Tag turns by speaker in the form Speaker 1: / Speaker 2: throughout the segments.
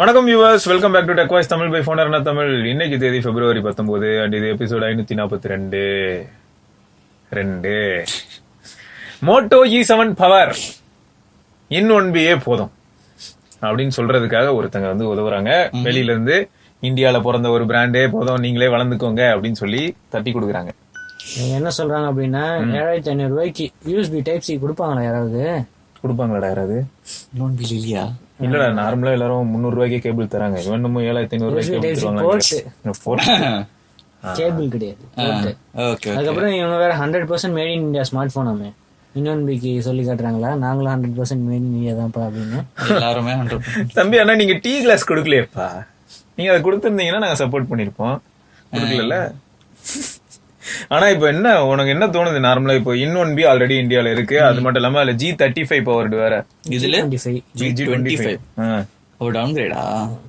Speaker 1: வணக்கம் viewers welcome back to டெக்வாய்ஸ் Tamil by ஃபோனர் என்ன தமிழ் இன்னைக்கு தேதி பிப்ரவரி பத்தொன்பது அண்ட் இது எபிசோட் ஐநூத்தி நாற்பத்தி ரெண்டு ரெண்டு Moto E seven power in one பியே போதும் அப்படின்னு சொல்றதுக்காக ஒருத்தங்க வந்து உதவுறாங்க வெளியில இருந்து இந்தியால பிறந்த ஒரு பிராண்டே போதும் நீங்களே வளர்ந்துக்கோங்க அப்படின்னு சொல்லி தட்டி கொடுக்குறாங்க
Speaker 2: இவங்க என்ன சொல்றாங்க அப்படின்னா ஏழாயிரத்தி ஐநூறு ரூபாய்க்கு யூஎஸ்பி டைப் சி கொடுப்பாங்களா யாராவது
Speaker 1: கொடுப்பாங்களாடா யாராவது
Speaker 3: இன்னொன்று பில் இல்லையா
Speaker 1: இல்லடா நார்மலா எல்லாரும் முந்நூறு ரூபாய்க்கே கேபிள் தராங்க இவன் ஏழாயிரத்தி ஐநூறு ரூபாய்க்கு கேபிள் தருவாங்க
Speaker 2: கேபிள் கிடையாது
Speaker 3: ஓகே
Speaker 2: அதுக்கப்புறம் இவங்க வேற hundred percent made in India smart போனாமே இன்னொன்பிக்கு சொல்லி காட்டுறாங்களா நாங்களும் hundred percent made in India தான்ப்பா அப்படின்னு
Speaker 3: எல்லாருமே ஹண்ட்ரட்
Speaker 1: தம்பி அண்ணா நீங்க டீ கிளாஸ் கொடுக்கலையேப்பா நீங்க அதை கொடுத்துருந்தீங்கன்னா நாங்க சப்போர்ட் பண்ணிருப்போம் கொடுக்கல ஆனா இப்போ என்ன உனக்கு என்ன தோணுது நார்மலா இப்போ இன் ஒன் பி ஆல்ரெடி இந்தியால இருக்கு அது மட்டும் இல்லாம அதுல ஜி தேர்ட்டி ஃபைவ் பவர் வேற
Speaker 3: இதுல
Speaker 2: twenty five
Speaker 1: G G twenty five
Speaker 3: oh டவுன் கிரேடா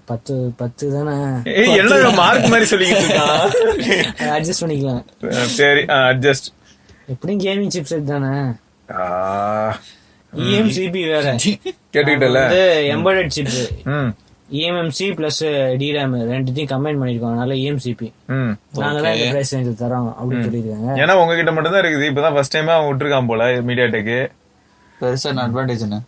Speaker 2: பத்து பத்து தானே
Speaker 1: ஏய் என்ன மார்க் மாதிரி சொல்லிக்கிட்டு இருக்கான்
Speaker 2: அட்ஜஸ்ட் பண்ணிக்கலாம்
Speaker 1: சரி அட்ஜஸ்ட்
Speaker 2: எப்படியும் கேமிங் சிப்ஸ் தானே E இஎம்சிபி வேற
Speaker 1: கேட்டுக்கிட்டல
Speaker 2: இது E எம்பர்டட் சிப்ஸ்
Speaker 1: ம்
Speaker 2: இஎம்எம்சி பிளஸ் டிராம் ரெண்டுத்தையும் கம்பைன் பண்ணிருக்கோம் அதனால E இஎம்சிபி
Speaker 1: ம்
Speaker 2: நாங்க தான் இந்த பிரைஸ் ரேஞ்சில் தரோம் அப்படின்னு சொல்லியிருக்காங்க
Speaker 1: ஏன்னா உங்ககிட்ட மட்டும் தான் இருக்குது இப்பதான் ஃபர்ஸ்ட் டைமா அவன் விட்டுருக்கான் போல மீடியாடெக்கு
Speaker 3: பெருசா அட்வான்டேஜ் என்ன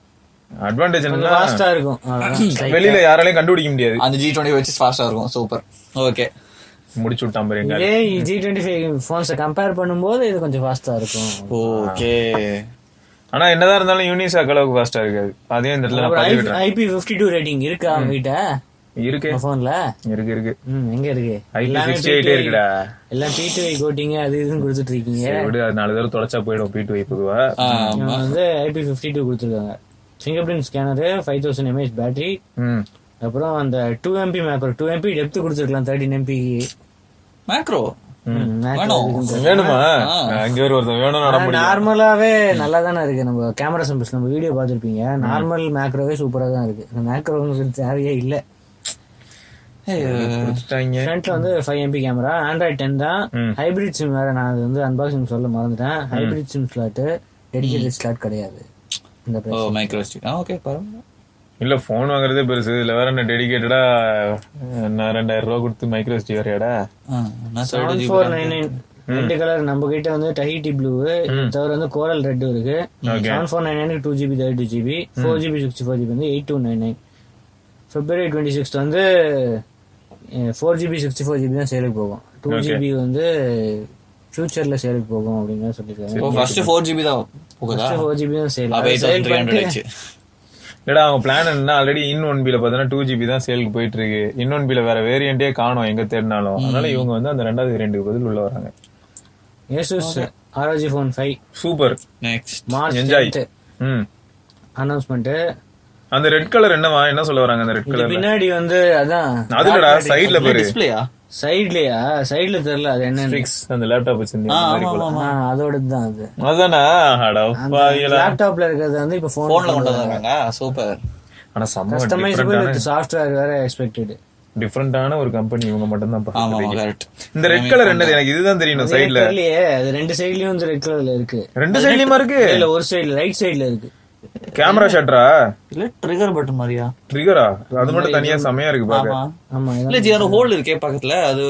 Speaker 1: அட்வான்டேஜ்
Speaker 2: கொஞ்சம்
Speaker 1: என்னன்னா
Speaker 2: ஃபாஸ்டா இருக்கும் அவ்வளவுதான்.
Speaker 1: வெளியில யாராலையும் கண்டுபிடிக்க முடியாது
Speaker 3: அந்த ஜி டுவெண்ட்டி வச்சு ஃபாஸ்டா இருக்கும் சூப்பர் ஓகே
Speaker 1: முடிச்சு விட்டான் பாரு எங்க
Speaker 2: இதே ஜி டுவெண்ட்டி ஃபைவ் போன்ஸை கம்பேர் பண்ணும்போது இது கொஞ்சம் ஃபாஸ்டா இருக்கும்
Speaker 3: ஓகே
Speaker 1: ஆனா என்னதான் இருந்தாலும் யூனிசாக் அளவுக்கு ஃபாஸ்டா இருக்காது அதையும் இந்த இடத்துல நான் பதிவிடுறேன்
Speaker 2: ஐபி ஃபிஃப்டி டூ ரேட்டிங் இருக்கா உங்ககிட்ட
Speaker 1: இருக்கு
Speaker 2: போன்ல
Speaker 1: இருக்கு இருக்கு
Speaker 2: ம் எங்க இருக்கு
Speaker 1: ஐபி
Speaker 2: எல்லாமே
Speaker 1: சிக்ஸ்டி எயிட்டே இருக்குடா
Speaker 2: எல்லாம் பி டூ ஐ கோட்டிங்க அது இதுன்னு கொடுத்துட்டு இருக்கீங்க
Speaker 1: சரி, விடு அது நாலு தடவை தொலைச்சா போயிடும் பீட்டு வை பொதுவா
Speaker 3: Um,
Speaker 2: இவங்க வந்து ஐபி ஃபிஃப்டி டூ கொடுத்துருக்காங்க fingerprint scanner five thousand mAh battery
Speaker 1: ம்
Speaker 2: அப்புறம் அந்த two MP mapper two MP depth கொடுத்துருக்கலாம் thirteen MP
Speaker 3: macro
Speaker 2: Hmm.
Speaker 3: Oh.
Speaker 1: வேணுமா அங்க வேற ஒருத்தன் வேணும் நட முடியும்
Speaker 2: நார்மலாவே நல்லா தானே இருக்கு நம்ம கேமரா சம்பிள்ஸ் நம்ம வீடியோ பார்த்துருப்பீங்க நார்மல் மேக்ரோவே சூப்பரா தான் இருக்கு இந்த மேக்ரோங்கிறது தேவையே இல்லை
Speaker 3: uh,
Speaker 1: கொடுத்துட்டாங்க
Speaker 2: ஃப்ரண்ட்ல வந்து five MP camera Android ten தான்
Speaker 1: ம்.
Speaker 2: ஹைபிரிட் சிம் வேற நான் அது வந்து அன்பாக்சிங் சொல்ல மறந்துட்டேன் hybrid SIM slot dedicated slot கிடையாது இந்த
Speaker 3: oh
Speaker 2: price.
Speaker 3: Micro stick okay Ah, பரவாயில்ல
Speaker 1: இல்ல போன் வாங்குறதே பெருசு இதுல வேற என்ன டெடிகேட்டடா நான் ரெண்டாயிரம் ரூபா கொடுத்து மைக்ரோ ஸ்டிவரையாடா
Speaker 3: ஆ, நான் சொல்லிட்டு
Speaker 2: seven
Speaker 3: G
Speaker 2: four nine nine ரெண்டு கலர் நம்ம கிட்ட வந்து டஹிட்டி ப்ளூ தவிர வந்து கோரல் ரெட் இருக்கு seven four nine nine two GB thirty two GB four GB sixty four GB வந்து eight two nine nine February twenty sixth வந்து eh, four GB sixty four GB தான் சேலுக்கு போகும் two GB வந்து ஃபியூச்சர்ல சேலுக்கு போகும் அப்படின்னு சொல்லியிருக்காங்க
Speaker 3: ஓ ஃபர்ஸ்ட் ஃபோர் ஜிபி தான் போகுதா
Speaker 2: ஃபோர் ஜிபி தான் சேல்
Speaker 3: அப்ப எயிட் தௌசண்ட் த்ரீ ஹண்ட்ரட் ஆச்சு
Speaker 1: இல்லடா அவங்க பிளான் என்ன ஆல்ரெடி இன் ஒன் பில பாத்தீங்கன்னா டூ ஜிபி தான் சேலுக்கு போயிட்டு இருக்கு இன் ஒன் பில வேற வேரியண்டே காணும் எங்க தேடினாலும் அதனால இவங்க வந்து அந்த ரெண்டாவது வேரியண்ட்டுக்கு பதில் உள்ள வராங்க
Speaker 2: Asus ROG phone five
Speaker 1: super
Speaker 3: next
Speaker 2: March
Speaker 1: Enjoy.
Speaker 2: Tenth
Speaker 1: ம்
Speaker 2: அனௌன்ஸ்மெண்ட்
Speaker 1: அந்த ரெட் கலர் என்னவா என்ன சொல்ல வராங்க அந்த ரெட் கலர்
Speaker 2: பின்னாடி வந்து அதான்
Speaker 1: அதுலடா சைடுல பாரு
Speaker 3: டிஸ்பிளேயா
Speaker 2: சைட்லயா சைடுல தெரியல அது என்னன்னு
Speaker 1: பிக்ஸ் அந்த லேப்டாப் வச்சிருந்தீங்க அந்த மாதிரி போல.
Speaker 2: ஆ, அதோடது தான் அது
Speaker 1: அதானா அட பாவிகளா.
Speaker 2: லேப்டாப்ல இருக்கிறது வந்து இப்ப
Speaker 3: போன்ல கொண்டு Ah,
Speaker 2: போன்ல
Speaker 3: வந்தாங்க சூப்பர்
Speaker 1: ஆனா செம்ம
Speaker 2: கஸ்டமைசபிள் வித் சாஃப்ட்வேர் வேற எக்ஸ்பெக்டட்
Speaker 1: டிஃபரெண்டான ஒரு கம்பெனி இவங்க மட்டும்
Speaker 3: ஆமா
Speaker 1: தான்
Speaker 3: கரெக்ட்
Speaker 1: இந்த ரெட் கலர் என்னது எனக்கு இதுதான் தெரியணும் சைடுல
Speaker 2: தெரியலையே அது ரெண்டு சைடுலயும் வந்து ரெட் கலர்ல இருக்கு
Speaker 1: ரெண்டு சைடுலயுமா இருக்கு
Speaker 2: இல்ல ஒரு சைடுல ரைட் சைடுல இருக்கு
Speaker 1: கேமரா ஷட்டரா
Speaker 3: இல்ல ட்ரிகர் பட்டன் மாதிரியா
Speaker 1: ட்ரிகரா அது மட்டும் தனியா செமையா இருக்கு பாக்க
Speaker 3: ஆமா
Speaker 2: ஆமா இதான்
Speaker 3: இல்ல ஜி அந்த ஹோல் இருக்கே பக்கத்துல அது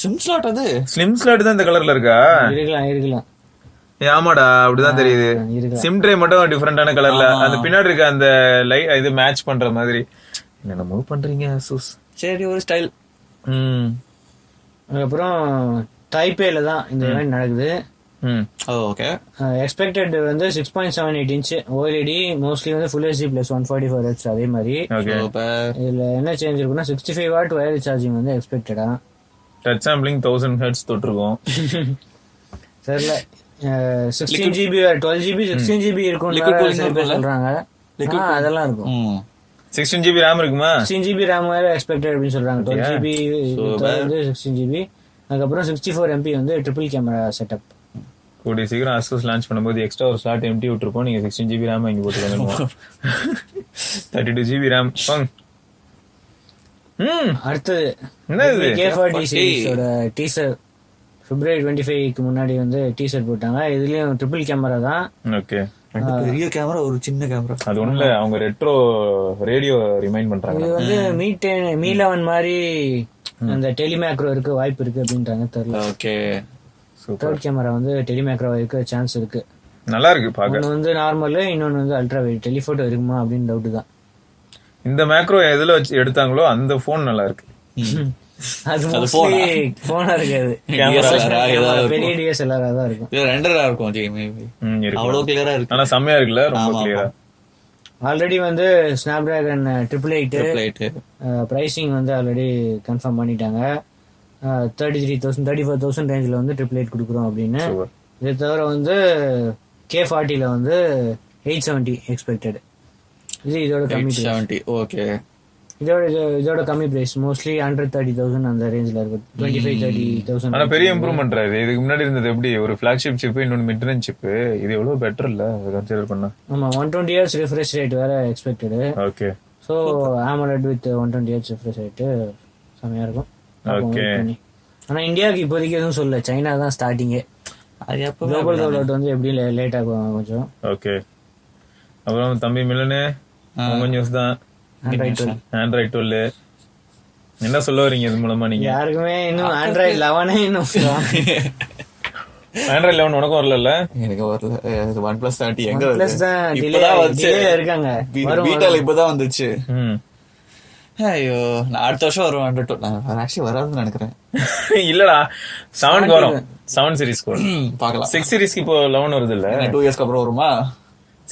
Speaker 3: சிம் ஸ்லாட் அது
Speaker 1: ஸ்லிம் ஸ்லாட் தான் இந்த கலர்ல இருக்கா
Speaker 2: இருக்கலாம் இருக்கலாம்
Speaker 1: ஏ, ஆமாடா அப்படிதான் தெரியுது
Speaker 2: இருக்கலாம்
Speaker 1: சிம் ட்ரை மட்டும் டிஃபரெண்டான கலர்ல அந்த பின்னாடி இருக்க அந்த லை இது மேட்ச் பண்ற மாதிரி என்ன மூவ் பண்றீங்க சூஸ்
Speaker 3: சரி ஒரு ஸ்டைல்
Speaker 1: ம்
Speaker 2: அதுக்கப்புறம் டைப்பேல தான் இந்த இவெண்ட் நடக்குது
Speaker 1: ம்
Speaker 3: ஓகே
Speaker 2: எக்ஸ்பெக்டட் வந்து six point seven eight inch OLED mostly E வந்து full HD plus one forty four H அதே மாதிரி
Speaker 1: ஓகே
Speaker 3: சூப்பர்
Speaker 2: இதுல என்ன சேஞ்ச் இருக்குன்னா sixty five watt wire charging வந்து எக்ஸ்பெக்டடா
Speaker 1: டச் சாம்பிளிங் தௌசண்ட் ஹெட்ஸ் தொட்டிருக்கோம்
Speaker 2: தெரியல sixteen GB twelve GB sixteen GB இருக்கும் சொல்றாங்க ஆ, அதெல்லாம் இருக்கும்
Speaker 3: ம்
Speaker 1: சிக்ஸ்டீன் ஜிபி ரேம் இருக்குமா
Speaker 2: சிக்ஸ்டீன் ஜிபி ரேம் வேற எக்ஸ்பெக்டட் அப்படின்னு சொல்றாங்க டுவெல் ஜிபி வந்து சிக்ஸ்டீன் ஜிபி அதுக்கப்புறம் சிக்ஸ்டி ஃபோர் எம்பி வந்து ட்ரிபிள் கேமரா செட்டப்
Speaker 1: கூடிய சீக்கிரம் அசஸ் லான்ச் பண்ணும்போது எக்ஸ்ட்ரா ஒரு ஸ்லாட் எம்டி விட்டுருப்போம் நீங்க சிக்ஸ்டீன் ஜிபி ரேம் வாங்கி போட்டுருக்கோம் தேர்ட்டி டூ ஜிபி ரேம் ம்
Speaker 2: அடுத்தது
Speaker 1: என்ன இது
Speaker 2: கே ஃபார்ட்டி சீரிஸோட டீசர் பிப்ரவரி டுவெண்ட்டி ஃபைவ்க்கு முன்னாடி வந்து டீசர் போட்டாங்க இதுலயும் ட்ரிபிள் கேமரா தான்
Speaker 1: ஓகே
Speaker 3: ரெண்டு பெரிய கேமரா ஒரு சின்ன கேமரா
Speaker 1: அது ஒண்ணுல அவங்க ரெட்ரோ ரேடியோ ரிமைண்ட் பண்றாங்க
Speaker 2: இது வந்து மீ டென் மீ லெவன் மாதிரி அந்த டெலிமேக்ரோ இருக்கு வாய்ப்பு இருக்கு அப்படின்றாங்க தெரியல
Speaker 3: ஓகே
Speaker 1: சூப்பர்
Speaker 2: தேர்ட் கேமரா வந்து டெலிமேக்ரோ இருக்க சான்ஸ் இருக்கு
Speaker 1: நல்லா இருக்கு பாக்க
Speaker 2: ஒன்று வந்து நார்மல் இன்னொன்று வந்து அல்ட்ரா வெயிட் டெலிஃபோட்டோ இருக்குமா அப்படின்னு டவுட் தான்
Speaker 1: இந்த மேக்ரோ எதுல வச்சு எடுத்தாங்களோ அந்த போன் நல்லா இருக்கு
Speaker 2: அது மோஸ்ட்லி ஃபோனாக இருக்காது பெரிய டிஎஸ்எல்ஆராக தான் இருக்கும்
Speaker 3: இது ரெண்டரா இருக்கும் ஜி மேபி
Speaker 1: ம், இருக்கு.
Speaker 3: அவ்வளவு கிளியரா இருக்கு
Speaker 1: ஆனா செம்மையா இருக்குல்ல ரொம்ப கிளியரா
Speaker 2: ஆல்ரெடி வந்து uh, Snapdragon triple eight
Speaker 3: light
Speaker 2: pricing uh, வந்து ஆல்ரெடி கன்ஃபார்ம் பண்ணிட்டாங்க Uh, thirty three thousand thirty four thousand ரேஞ்சில் வந்து ட்ரிபிள் எயிட் கொடுக்குறோம் அப்படின்னு
Speaker 1: சூப்பர்
Speaker 2: இதை தவிர வந்து கே ஃபார்ட்டியில் வந்து எயிட் செவன்ட்டி எக்ஸ்பெக்டட் இது இதோட கம்மி price.
Speaker 3: 70 ஓகே
Speaker 2: இதோட இது- இதோட கம்மி price mostly hundred thirty thousand அந்த ரேஞ்சில் இருக்கும் டுவெண்ட்டி ஃபைவ் தேர்ட்டி
Speaker 1: ஆனா
Speaker 2: தௌசண்ட்
Speaker 1: பெரிய இம்ப்ரூவ்மெண்ட் இது இதுக்கு முன்னாடி இருந்தது எப்படி ஒரு ஃபிளாக்ஷிப் சிப் இன்னொன்னு மிட்ரன் சிப் இது எவ்வளவு பெட்டர் இல்ல கன்சிடர் பண்ணா
Speaker 2: ஆமாம் one twenty years refresh rate வேற expected
Speaker 1: okay
Speaker 2: so AMOLED with one twenty years refresh rate செம்மையாக இருக்கும்
Speaker 1: Okay.
Speaker 2: ஆனால் இந்தியாவுக்கு இப்போதைக்கு எதுவும் சொல்லல சைனா தான் ஸ்டார்டிங்கே
Speaker 3: அது எப்போ
Speaker 2: குளோபல் roll out வந்து எப்படியும் லேட் ஆகும் கொஞ்சம்
Speaker 1: ஓகே அப்புறம் தம்பி மில்லனு உங்க நியூஸ் தான்
Speaker 2: ஆண்ட்ராய்ட்
Speaker 1: ஆண்ட்ராய்ட் டுவெல் என்ன சொல்ல வரீங்க இது மூலமா நீங்க
Speaker 2: யாருக்குமே இன்னும் ஆண்ட்ராய்ட் லெவனே இன்னும்
Speaker 1: ஆண்ட்ராய்ட் லெவன் உனக்கும் வரல
Speaker 3: எனக்கு வரல ஒன் பிளஸ் தேர்ட்டி எங்க
Speaker 2: OnePlus
Speaker 3: வருது
Speaker 2: தான் delay-
Speaker 3: இப்பதான் வந்துச்சு
Speaker 2: delay இருக்காங்க. வரும்,
Speaker 3: பீட்டால இப்பதான் வந்துச்சு
Speaker 1: ம்
Speaker 3: ஐயோ நான் அடுத்த வருஷம் வரும் ஹண்ட்ரட் நான் ஆக்சுவலி வராதுன்னு நினைக்கிறேன்
Speaker 1: இல்லடா செவனுக்கு வரும் செவன் சீரிஸ்க்கு வரும்
Speaker 3: ம், பார்க்கலாம்
Speaker 1: சிக்ஸ் சீரிஸ்க்கு இப்போ லெவன் வருது இல்ல
Speaker 3: டூ இயர்ஸ்க்கு அப்புறம் வருமா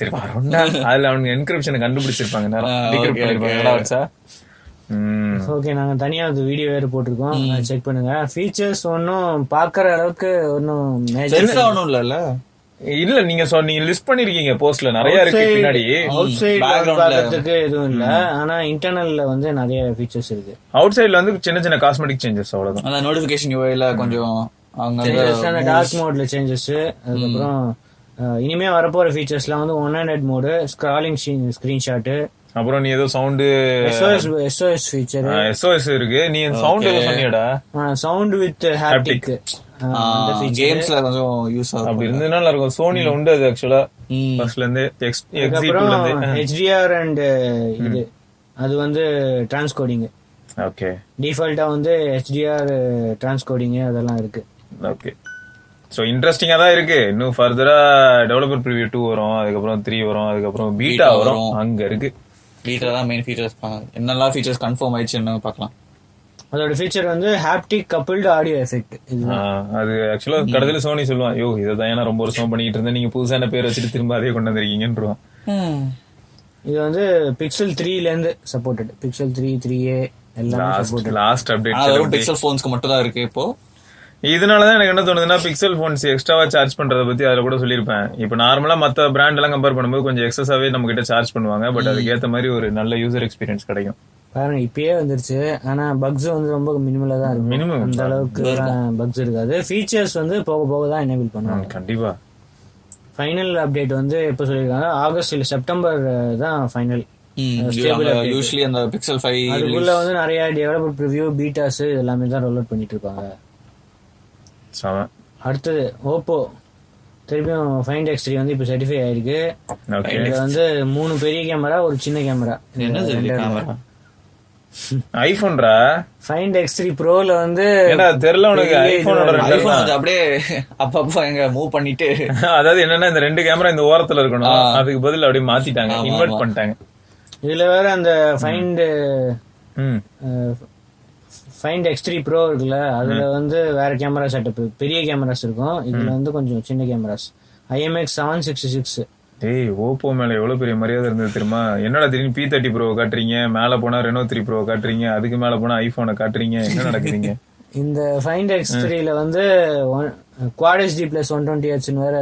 Speaker 1: சரி வரும்டா அதுல அவனுக்கு என்கிரிப்ஷனை கண்டுபிடிச்சிருப்பாங்க நேரம்
Speaker 3: ஆ,
Speaker 1: decrypt
Speaker 3: okay,
Speaker 1: பண்ணிருப்பாங்க
Speaker 3: okay.
Speaker 1: நல்லா வச்சா ம்
Speaker 2: ஓகே நாங்க தனியா ஒரு வீடியோ வேற போட்டிருக்கோம் செக் பண்ணுங்க ஃபீச்சர்ஸ் ஒன்றும் பாக்குற அளவுக்கு ஒன்றும் மேஜர்
Speaker 3: பெருசா ஒண்ணும் இல்ல
Speaker 1: இல்ல நீங்க சொ- நீங்க லிஸ்ட் பண்ணிருக்கீங்க போஸ்ட்ல நிறைய இருக்கு பின்னாடி
Speaker 2: அவுட் சைடு
Speaker 3: Background-ல.
Speaker 2: பாக்கிறதுக்கு எதுவும் இல்ல ஆனா இன்டர்னல்ல வந்து நிறைய ஃபீச்சர்ஸ் இருக்கு
Speaker 1: அவுட் சைடுல வந்து சின்ன சின்ன காஸ்மெட்டிக் சேஞ்சஸ் அவ்வளவுதான்
Speaker 3: அந்த நோட்டிபிகேஷன் யூஐல கொஞ்சம் அவங்க
Speaker 2: Changes அந்த டார்க் மோட்ல சேஞ்சஸ் அதுக்கப்புறம் அஹ், இனிமே வரப்போற ஃபீச்சர்ஸ்லாம் வந்து one hundred mode scrolling screenshot
Speaker 1: அப்புறம் நீ ஏதோ sound
Speaker 2: SOS SOS feature
Speaker 1: SOS இருக்கு நீ சவுண்ட் ஏதோ சொன்னியடா
Speaker 2: சவுண்ட் வித் ஹாப்டிக்
Speaker 3: கேம்ஸ்ல கொஞ்சம் யூஸ் ஆகும்
Speaker 1: அப்படி இருந்ததுனால நல்லா இருக்கும் சோனில உண்டு அது ஆக்சுவலா
Speaker 3: ம்.
Speaker 1: ஃபர்ஸ்ட்ல இருந்து எக்ஸிபிள்ல
Speaker 2: அதுக்கப்புறம்
Speaker 1: இருந்து
Speaker 2: ஹெச்டிஆர் அண்ட் uh, இது அது வந்து டிரான்ஸ்கோடிங்
Speaker 1: ஓகே
Speaker 2: டிஃபால்ட்டா வந்து ஹெச்டிஆர் டிரான்ஸ்கோடிங் uh, அதெல்லாம் இருக்கு
Speaker 1: ஓகே ஸோ இன்ட்ரெஸ்டிங்காக தான் இருக்கு இன்னும் ஃபர்தரா டெவலப்பர் ப்ரிவியூ டூ வரும் அதுக்கப்புறம் த்ரீ வரும் அதுக்கப்புறம் பீட்டா வரும் அங்க இருக்கு
Speaker 3: வீட்ல தான் மெயின் ஃபீச்சர்ஸ் என்னெல்லாம் ஃபீச்சர்ஸ் கன்ஃபார்ம் ஆயிடுச்சுன்னு பார்க்கலாம்
Speaker 2: அதோட ஃபீச்சர் வந்து ஹாப்டிக் கப்பிள்டு ஆடியோ எஃபெக்ட் இது
Speaker 1: ஆ, அது ஆக்சுவலா கடைசியில் சோனி சொல்லுவான் யோ இதை தான் ஏன்னா ரொம்ப வருஷமா பண்ணிட்டு இருந்தேன் நீங்க புதுசான பேர் வச்சுட்டு திரும்ப அதே கொண்டு வந்திருக்கீங்கன்றான்
Speaker 2: இது வந்து பிக்சல் ல இருந்து supported Pixel three three A எல்லாம்
Speaker 1: லாஸ்ட் லாஸ்ட்
Speaker 3: ஆனா வெறும்
Speaker 1: அப்டேட்
Speaker 3: பிக்சல் போன்ஸ்க்கு மட்டும் தான் இருக்கு இப்போ
Speaker 1: இதனாலதான் எனக்கு என்ன தோணுதுன்னா பிக்சல் போன்ஸ் எக்ஸ்ட்ராவா சார்ஜ் பண்றத பத்தி அதுல கூட சொல்லியிருப்பேன் இப்போ நார்மலா மத்த பிராண்ட் எல்லாம் கம்பேர் பண்ணும்போது கொஞ்சம் எக்ஸஸாவே நம்ம கிட்ட சார்ஜ் பண்ணுவாங்க பட் அதுக்கு ஏத்த மாதிரி ஒரு நல்ல யூசர் எக்ஸ்பீரியன்ஸ் கிடைக்கும்
Speaker 2: பாருங்க இப்பயே வந்துருச்சு ஆனா பக்ஸ் வந்து ரொம்ப மினிமலா தான் இருக்கும்
Speaker 1: Minimum.
Speaker 2: அந்த அளவுக்கு பக்ஸ் இருக்காது ஃபீச்சர்ஸ் வந்து போக போக தான் எனேபிள் பண்ணுவாங்க
Speaker 1: கண்டிப்பா
Speaker 2: ஃபைனல் அப்டேட் வந்து எப்போ சொல்லியிருக்காங்க ஆகஸ்ட் இல்ல செப்டம்பர் அஹ், தான் ஃபைனல்
Speaker 3: யூஸ்வலி அந்த பிக்சல்
Speaker 2: அதுக்குள்ள
Speaker 3: ஃபைவ்
Speaker 2: வந்து நிறைய டெவலப்பர் ப்ரிவ்யூ பீட்டாஸ் எல்லாமே தான் ரோல் அவுட் பண்ணிட்டு இருப்பாங்க
Speaker 1: செம
Speaker 2: அடுத்தது ஓப்போ திருப்பியும் ஃபைண்ட் எக்ஸ் த்ரீ வந்து இப்போ சர்டிஃபை ஆயிருக்கு
Speaker 1: ஓகே
Speaker 2: இதுல வந்து மூணு பெரிய கேமரா ஒரு சின்ன கேமரா
Speaker 3: என்னது கேமரா
Speaker 1: ஐபோன்ரா
Speaker 2: ஃபைண்ட் எக்ஸ் த்ரீ ப்ரோல வந்து
Speaker 1: ஏன்னா தெரியல உனக்கு ஐபோனோட ரெண்டு
Speaker 3: ஐபோன் வந்து அப்படியே அப்பப்போ எங்க மூவ் பண்ணிட்டு
Speaker 1: அதாவது என்னன்னா இந்த ரெண்டு கேமரா இந்த ஓரத்துல இருக்கணும் அதுக்கு பதில் அப்படியே மாத்திட்டாங்க இன்வெர்ட் பண்ணிட்டாங்க
Speaker 2: இதுல வேற அந்த ஃபைண்ட்
Speaker 1: ம்
Speaker 2: ஃபைண்ட் எக்ஸ் த்ரீ ப்ரோ இருக்குல்ல அதுல வந்து வேற கேமரா செட்டப் பெரிய கேமராஸ் இருக்கும் இதுல வந்து கொஞ்சம் சின்ன cameras IMX seven sixty six
Speaker 1: டேய் ஓப்போ மேல எவ்வளவு பெரிய மரியாதை இருந்தது தெரியுமா என்னடா திடீர்னு பி தேர்ட்டி ப்ரோ காட்டுறீங்க மேல போனா ரெனோ த்ரீ ப்ரோ காட்டுறீங்க அதுக்கு மேல போனா ஐபோனை காட்டுறீங்க என்ன நடக்குதுங்க
Speaker 2: இந்த ஃபைண்ட் எக்ஸ் த்ரீல வந்து quad HD plus one twenty ஹெச்னு வேற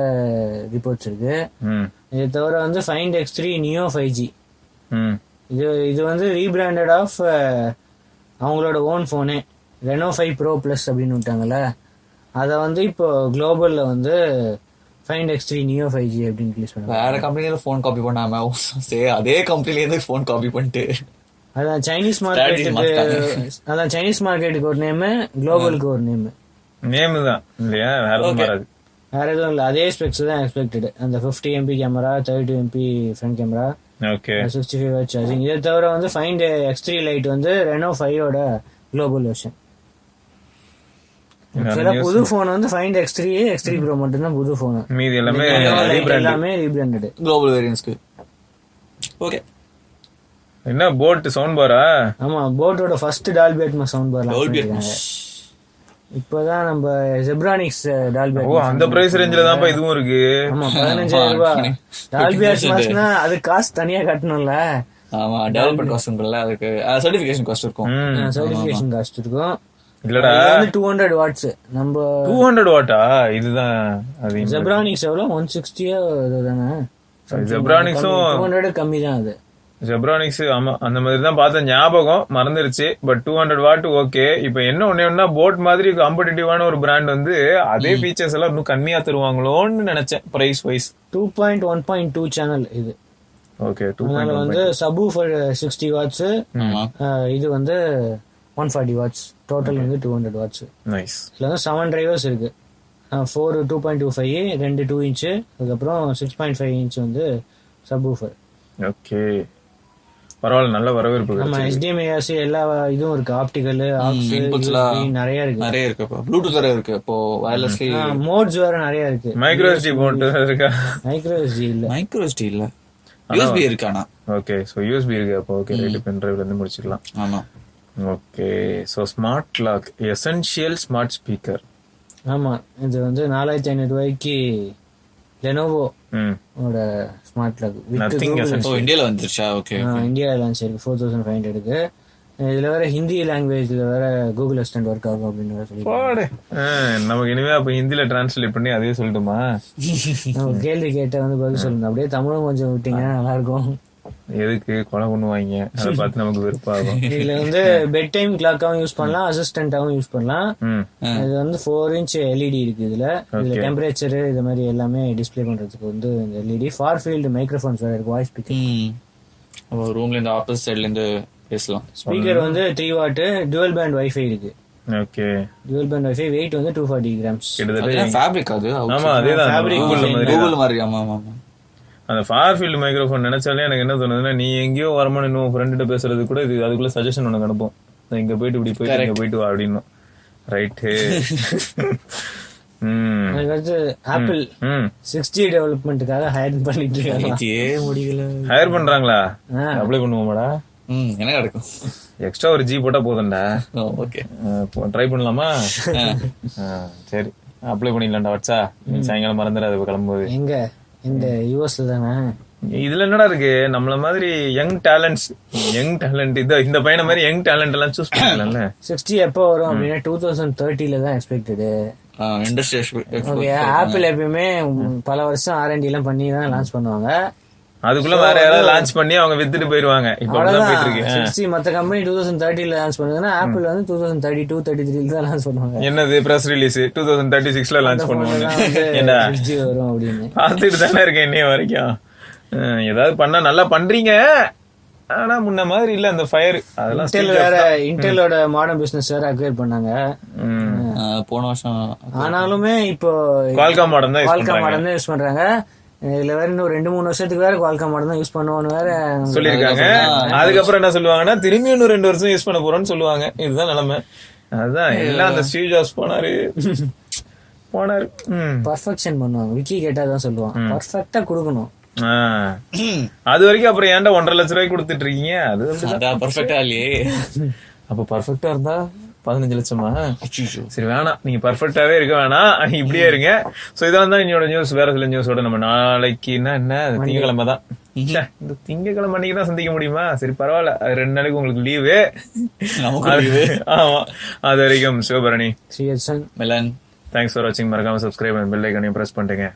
Speaker 2: ரிப்போர்ட்ஸ் இருக்கு
Speaker 1: ம்
Speaker 2: இது தவிர வந்து Find X three Neo five G
Speaker 1: ம்
Speaker 2: இது இது வந்து ரீபிராண்டட் ஆஃப் அவங்களோட own phone Reno five Pro plus அப்படின்னு விட்டாங்கல்ல அதை வந்து இப்போ குளோபலில் வந்து Find X three Neo five G அப்படின்னு ரிலீஸ் பண்ணுவாங்க
Speaker 3: வேற கம்பெனில போன் காப்பி பண்ணாம சே அதே கம்பெனில இருந்து போன் காப்பி பண்ணிட்டு
Speaker 2: அதான் சைனீஸ்
Speaker 3: Strategy
Speaker 2: மார்க்கெட்டுக்கு அதான் சைனீஸ் மார்க்கெட்டுக்கு ஒரு நேமு குளோபலுக்கு ஒரு நேமு
Speaker 1: நேம் தான் இல்லையா வேற எதுவும் வராது
Speaker 2: வேற எதுவும் இல்லை அதே ஸ்பெக்ஸ் தான் எக்ஸ்பெக்டட் அந்த fifty MP camera thirty two MP front camera
Speaker 1: okay
Speaker 2: sixty five hour charging இதை தவிர வந்து ஃபைண்ட் எக்ஸ் த்ரீ லைட் வந்து ரெனோ ஃபைவோட குளோபல் வெர்ஷன் சில புது ஃபோன் வந்து Find X three X three bro மட்டும்தான் புது ஃபோன்
Speaker 1: மீதி எல்லாமே
Speaker 2: எல்லாமே ரீபிராண்டட்
Speaker 3: குளோபல் வேரியன்ஸ்க்கு ஓகே
Speaker 1: என்ன போட் சவுண்ட் பாரா
Speaker 2: ஆமா போட்டோட first Dolby Atmos sound
Speaker 3: Dolby
Speaker 2: bar இப்போதான் நம்ம ஜெப்ரானிக்ஸ் டால்பி
Speaker 1: ஓ அந்த பிரைஸ் ரேஞ்சில தான்ப்பா இதுவும் இருக்கு
Speaker 2: ஆமா பதினஞ்சாயிரம் ரூபாய் டால்பி அட்மாஸ்னா அது காசு தனியா கட்டணும்ல
Speaker 3: ஆமா டெவலப்மெண்ட் காஸ்ட் இருக்குல்ல அதுக்கு சர்டிஃபிகேஷன் காஸ்ட் இருக்கும்
Speaker 1: ம்
Speaker 2: சர்டிபிகேஷன் காஸ்ட் இருக்கும்
Speaker 1: இல்லடா
Speaker 2: இது வந்து டூ ஹண்ட்ரட் வாட்ஸ் நம்ம
Speaker 1: டூ ஹண்ட்ரட் வாட்டா இதுதான் அது
Speaker 2: ஜெப்ரானிக்ஸ் எவ்வளோ ஒன் சிக்ஸ்டியோ தானே
Speaker 1: ஜெப்ரானிக்ஸும்
Speaker 2: டூ ஹண்ட்ரட் கம்மி தான் அது
Speaker 1: ஜெப்ரானிக்ஸ் ஆமா அந்த மாதிரி தான் பார்த்த ஞாபகம் மறந்துருச்சு but two hundred watt okay இப்போ என்ன ஒண்ணு போட் மாதிரி காம்படிட்டிவான ஒரு பிராண்ட் வந்து அதே ஃபீச்சர்ஸ் எல்லாம் இன்னும் கம்மியா தருவாங்களோன்னு நினைச்சேன் price wise
Speaker 2: two point one point two channel இது
Speaker 1: ஓகே டூ
Speaker 2: அதனால வந்து சபு சிக்ஸ்டி வாட்ஸ்
Speaker 3: ஆமா
Speaker 2: இது வந்து ஒன் ஃபார்ட்டி வாட்ஸ் டோட்டல் வந்து டூ ஹண்ட்ரட் வாட்ஸ்
Speaker 1: நைஸ்
Speaker 2: இதில் வந்து செவன் டிரைவர்ஸ் இருக்கு four two point two five ரெண்டு டூ இன்ச்சு அதுக்கப்புறம் சிக்ஸ் பாயிண்ட் ஃபைவ் இன்ச் வந்து சப் ஊஃபர்
Speaker 1: ஓகே பரவாயில்ல நல்ல வரவேற்பு
Speaker 2: நம்ம
Speaker 1: கிடைச்சது.
Speaker 2: HDMI-ஆசி எல்லா இதுவும் இருக்கு ஆப்டிக்கல்
Speaker 3: inputs எல்லாம்
Speaker 2: ஆப்ஸ் நிறைய இருக்கு
Speaker 3: நிறைய இருக்கு இப்போ ப்ளூடூத் வேற இருக்கு இப்போ வயர்லெஸ்லி
Speaker 2: மோட்ஸ் வேற நிறைய இருக்கு
Speaker 1: மைக்ரோ எஸ்டி போட்டு இருக்கா
Speaker 2: மைக்ரோ எஸ்டி இல்ல
Speaker 3: மைக்ரோ SD இல்ல USB இருக்கு ஆனா
Speaker 1: ஓகே ஸோ யூஎஸ்பி இருக்கு அப்போ ஓகே ரைட் பென் டிரைவ்ல இருந்து முடிச்சுக்கலாம்
Speaker 3: ஆமா
Speaker 1: okay so smart clock essential smart speaker
Speaker 2: ஆமா இது வந்து நாலாயிரத்தி ஐநூறு ரூபாய்க்கு லெனோவோ
Speaker 1: ம்
Speaker 2: ஓட ஸ்மார்ட் லாக்
Speaker 1: நத்திங்
Speaker 3: ஓ இந்தியால வந்துருச்சா ஓகே
Speaker 2: இந்தியா லான்ச் இருக்கு ஃபோர் தௌசண்ட் ஃபைவ் ஹண்ட்ரடுக்கு இதுல வேற ஹிந்தி லாங்குவேஜ்ல வேற கூகுள் அசிஸ்டன்ட் ஒர்க் ஆகும் அப்படின்னு வேற சொல்லி
Speaker 1: நமக்கு இனிமே அப்ப ஹிந்தில டிரான்ஸ்லேட் பண்ணி அதே சொல்லட்டுமா
Speaker 2: நம்ம கேள்வி கேட்ட வந்து பதில் சொல்லுங்க அப்படியே தமிழும் கொஞ்சம் விட்டீங்கன்னா நல்லா இருக்கும்
Speaker 1: எதுக்கு கொலை பண்ணுவாங்க அதை பார்த்து நமக்கு வெறுப்பாகும்
Speaker 2: இதுல வந்து பெட் டைம் கிளாக்காவும் யூஸ் பண்ணலாம் அசிஸ்டண்டாவும் யூஸ் பண்ணலாம்
Speaker 1: ம்
Speaker 2: இது வந்து ஃபோர் இன்ச் எல்இடி E இருக்கு இதுல இதுல டெம்பரேச்சர் இது மாதிரி எல்லாமே டிஸ்ப்ளே பண்றதுக்கு வந்து இந்த E LED far field microphones வேற இருக்கு வாய்ஸ் ஸ்பீக்கர்
Speaker 3: ரூம்ல இருந்து ஆப்போசிட் சைடுல இருந்து பேசலாம்
Speaker 2: ஸ்பீக்கர் வந்து three watt dual band WiFi இருக்கு
Speaker 1: okay
Speaker 2: dual band WiFi weight வந்து டூ ஃபார்ட்டி கிராம்ஸ்
Speaker 1: கிட்டத்தட்ட
Speaker 3: ஃபேப்ரிக் அது
Speaker 1: ஆமா அதேதான் கூகுள்ல மாதிரி
Speaker 3: கூகுள் மாதிரி ஆமா ஆமா ஆமா
Speaker 1: அந்த ஃபார் ஃபீல்டு மைக்ரோஃபோன் நினைச்சாலே எனக்கு என்ன தோணுதுன்னா நீ எங்கேயோ வரமான இன்னும் ஃப்ரெண்டு கிட்ட பேசுறது கூட இது அதுக்குள்ள சஜஷன் உனக்கு அனுப்பும் நான் இங்க போயிட்டு இப்படி போயிட்டு இங்க போயிட்டு வா அப்படின்னு ரைட்டு ம்
Speaker 2: அதுக்கடுத்து ஆப்பிள்
Speaker 1: ம்
Speaker 2: சிக்ஸ்டி டெவலப்மெண்ட்டுக்காக ஹையர் பண்ணிட்டு இருக்காங்க
Speaker 3: இதே முடியல
Speaker 1: ஹையர் பண்றாங்களா அப்ளை பண்ணுவோமாடா
Speaker 3: ம் என்ன நடக்கும்
Speaker 1: எக்ஸ்ட்ரா ஒரு ஜி போட்டா போதும்டா
Speaker 3: ஓகே
Speaker 1: ட்ரை பண்ணலாமா ஆ, சரி அப்ளை பண்ணிடலாம்டா வச்சா நீ சாயங்காலம் மறந்துடாது இப்ப கிளம்பும்போது
Speaker 2: எங்க இந்த யூஎஸ்ல தானே
Speaker 1: இதுல என்னடா இருக்கு நம்மள மாதிரி யங் டேலண்ட்ஸ் யங் டேலண்ட் இது இந்த பையனை மாதிரி யங் டேலண்ட் எல்லாம் சூஸ் பண்ணிக்கலாம்ல
Speaker 2: சிக்ஸ்டி எப்போ வரும் அப்படின்னா டூ தௌசண்ட் தேர்ட்டில தான் எக்ஸ்பெக்டடு
Speaker 3: இண்டஸ்ட்ரி
Speaker 2: ஓகே ஆப்பிள் எப்பயுமே உம், பல வருஷம் ஆர்என்டி எல்லாம் பண்ணி தான் லான்ச் பண்ணுவாங்க
Speaker 1: அதுக்குள்ள வேற யாராவது லான்ச் பண்ணி அவங்க வித்துட்டு போயிருவாங்க இப்ப அப்படிதான் போயிட்டு இருக்கு ஆ.
Speaker 2: சிக்ஸ்டி மத்த கம்பெனி டூ தௌசண்ட் தேர்ட்டில லான்ச் பண்ணுதுன்னா ஆப்பிள் வந்து two thousand thirty two thirty த்ரீல தான் லான்ச் பண்ணுவாங்க
Speaker 1: என்னது press release two thousand thirty சிக்ஸ்ல லான்ச் பண்ணுவாங்க என்ன
Speaker 2: சிக்ஸ்டி வரும் அப்படின்னு
Speaker 1: பார்த்துட்டு தானே இருக்கேன் இன்னைய வரைக்கும் ஆ, ஏதாவது பண்ணா நல்லா பண்றீங்க ஆனா முன்ன மாதிரி இல்ல அந்த ஃபயர் அதெல்லாம்
Speaker 2: இன்டெல் வேற இன்டெலோட மாடர்ன் பிசினஸ் வேற அக்வேர் பண்ணாங்க
Speaker 3: போன வருஷம்
Speaker 2: ஆனாலுமே இப்போ
Speaker 1: குவால்காம் மாடம் தான் use
Speaker 2: குவால்காம் மாடர்ன் தான் யூஸ் பண்றாங்க இதுல வேற இன்னும் ரெண்டு மூணு வருஷத்துக்கு வேற குவால்காம் மாடர்ன் தான் யூஸ் பண்ணுவோம்னு வேற
Speaker 1: சொல்லியிருக்காங்க அதுக்கப்புறம் என்ன சொல்லுவாங்கன்னா திரும்பி இன்னும் ரெண்டு வருஷம் யூஸ் பண்ண போறோம்னு சொல்லுவாங்க இதுதான் நிலைமை அதான் எல்லாம் அந்த ஸ்டீவ் ஜாப்ஸ் போனாரு போனாரு ம்.
Speaker 2: பர்ஃபெக்ஷன் பண்ணுவாங்க விக்கி கேட்டா தான் சொல்லுவான் பர்ஃபெக்டா கொடுக்கணும்
Speaker 1: ஆ. அது வரைக்கும் அப்புறம் ஏன்டா ஒன்றரை லட்ச ரூபாய்க்கு கொடுத்துட்டு இருக்கீங்க அது அப்படி-
Speaker 3: அதான் பர்ஃபெக்டா இல்லையே
Speaker 1: அப்ப பர்ஃபெக்டா இருந்தா பதினஞ்சு லட்சமா சரி வேணாம் நீங்க பர்ஃபெக்டாவே இருக்க வேணாம் இப்படியே இருங்க சோ இதெல்லாம் தான் என்னோட நியூஸ் வேற சில நியூஸோட நம்ம நாளைக்குன்னா என்ன திங்கக்கிழமை தான் ச்சே, இந்த திங்கக்கிழமை அன்னைக்கு தான் சந்திக்க முடியுமா சரி பரவாயில்ல அது ரெண்டு நாளைக்கு உங்களுக்கு லீவு
Speaker 3: நமக்கு
Speaker 1: ஆமா அது வரைக்கும் சிவபரணி
Speaker 2: சிஎஸ்என்
Speaker 3: மெலன்
Speaker 1: தேங்க்ஸ் ஃபார் வாட்சிங் மறக்காம சப்ஸ்கிரைப் அண்ட் பெல் ஐக்கனையும் பிரஸ் பண்ணிட்டேங்க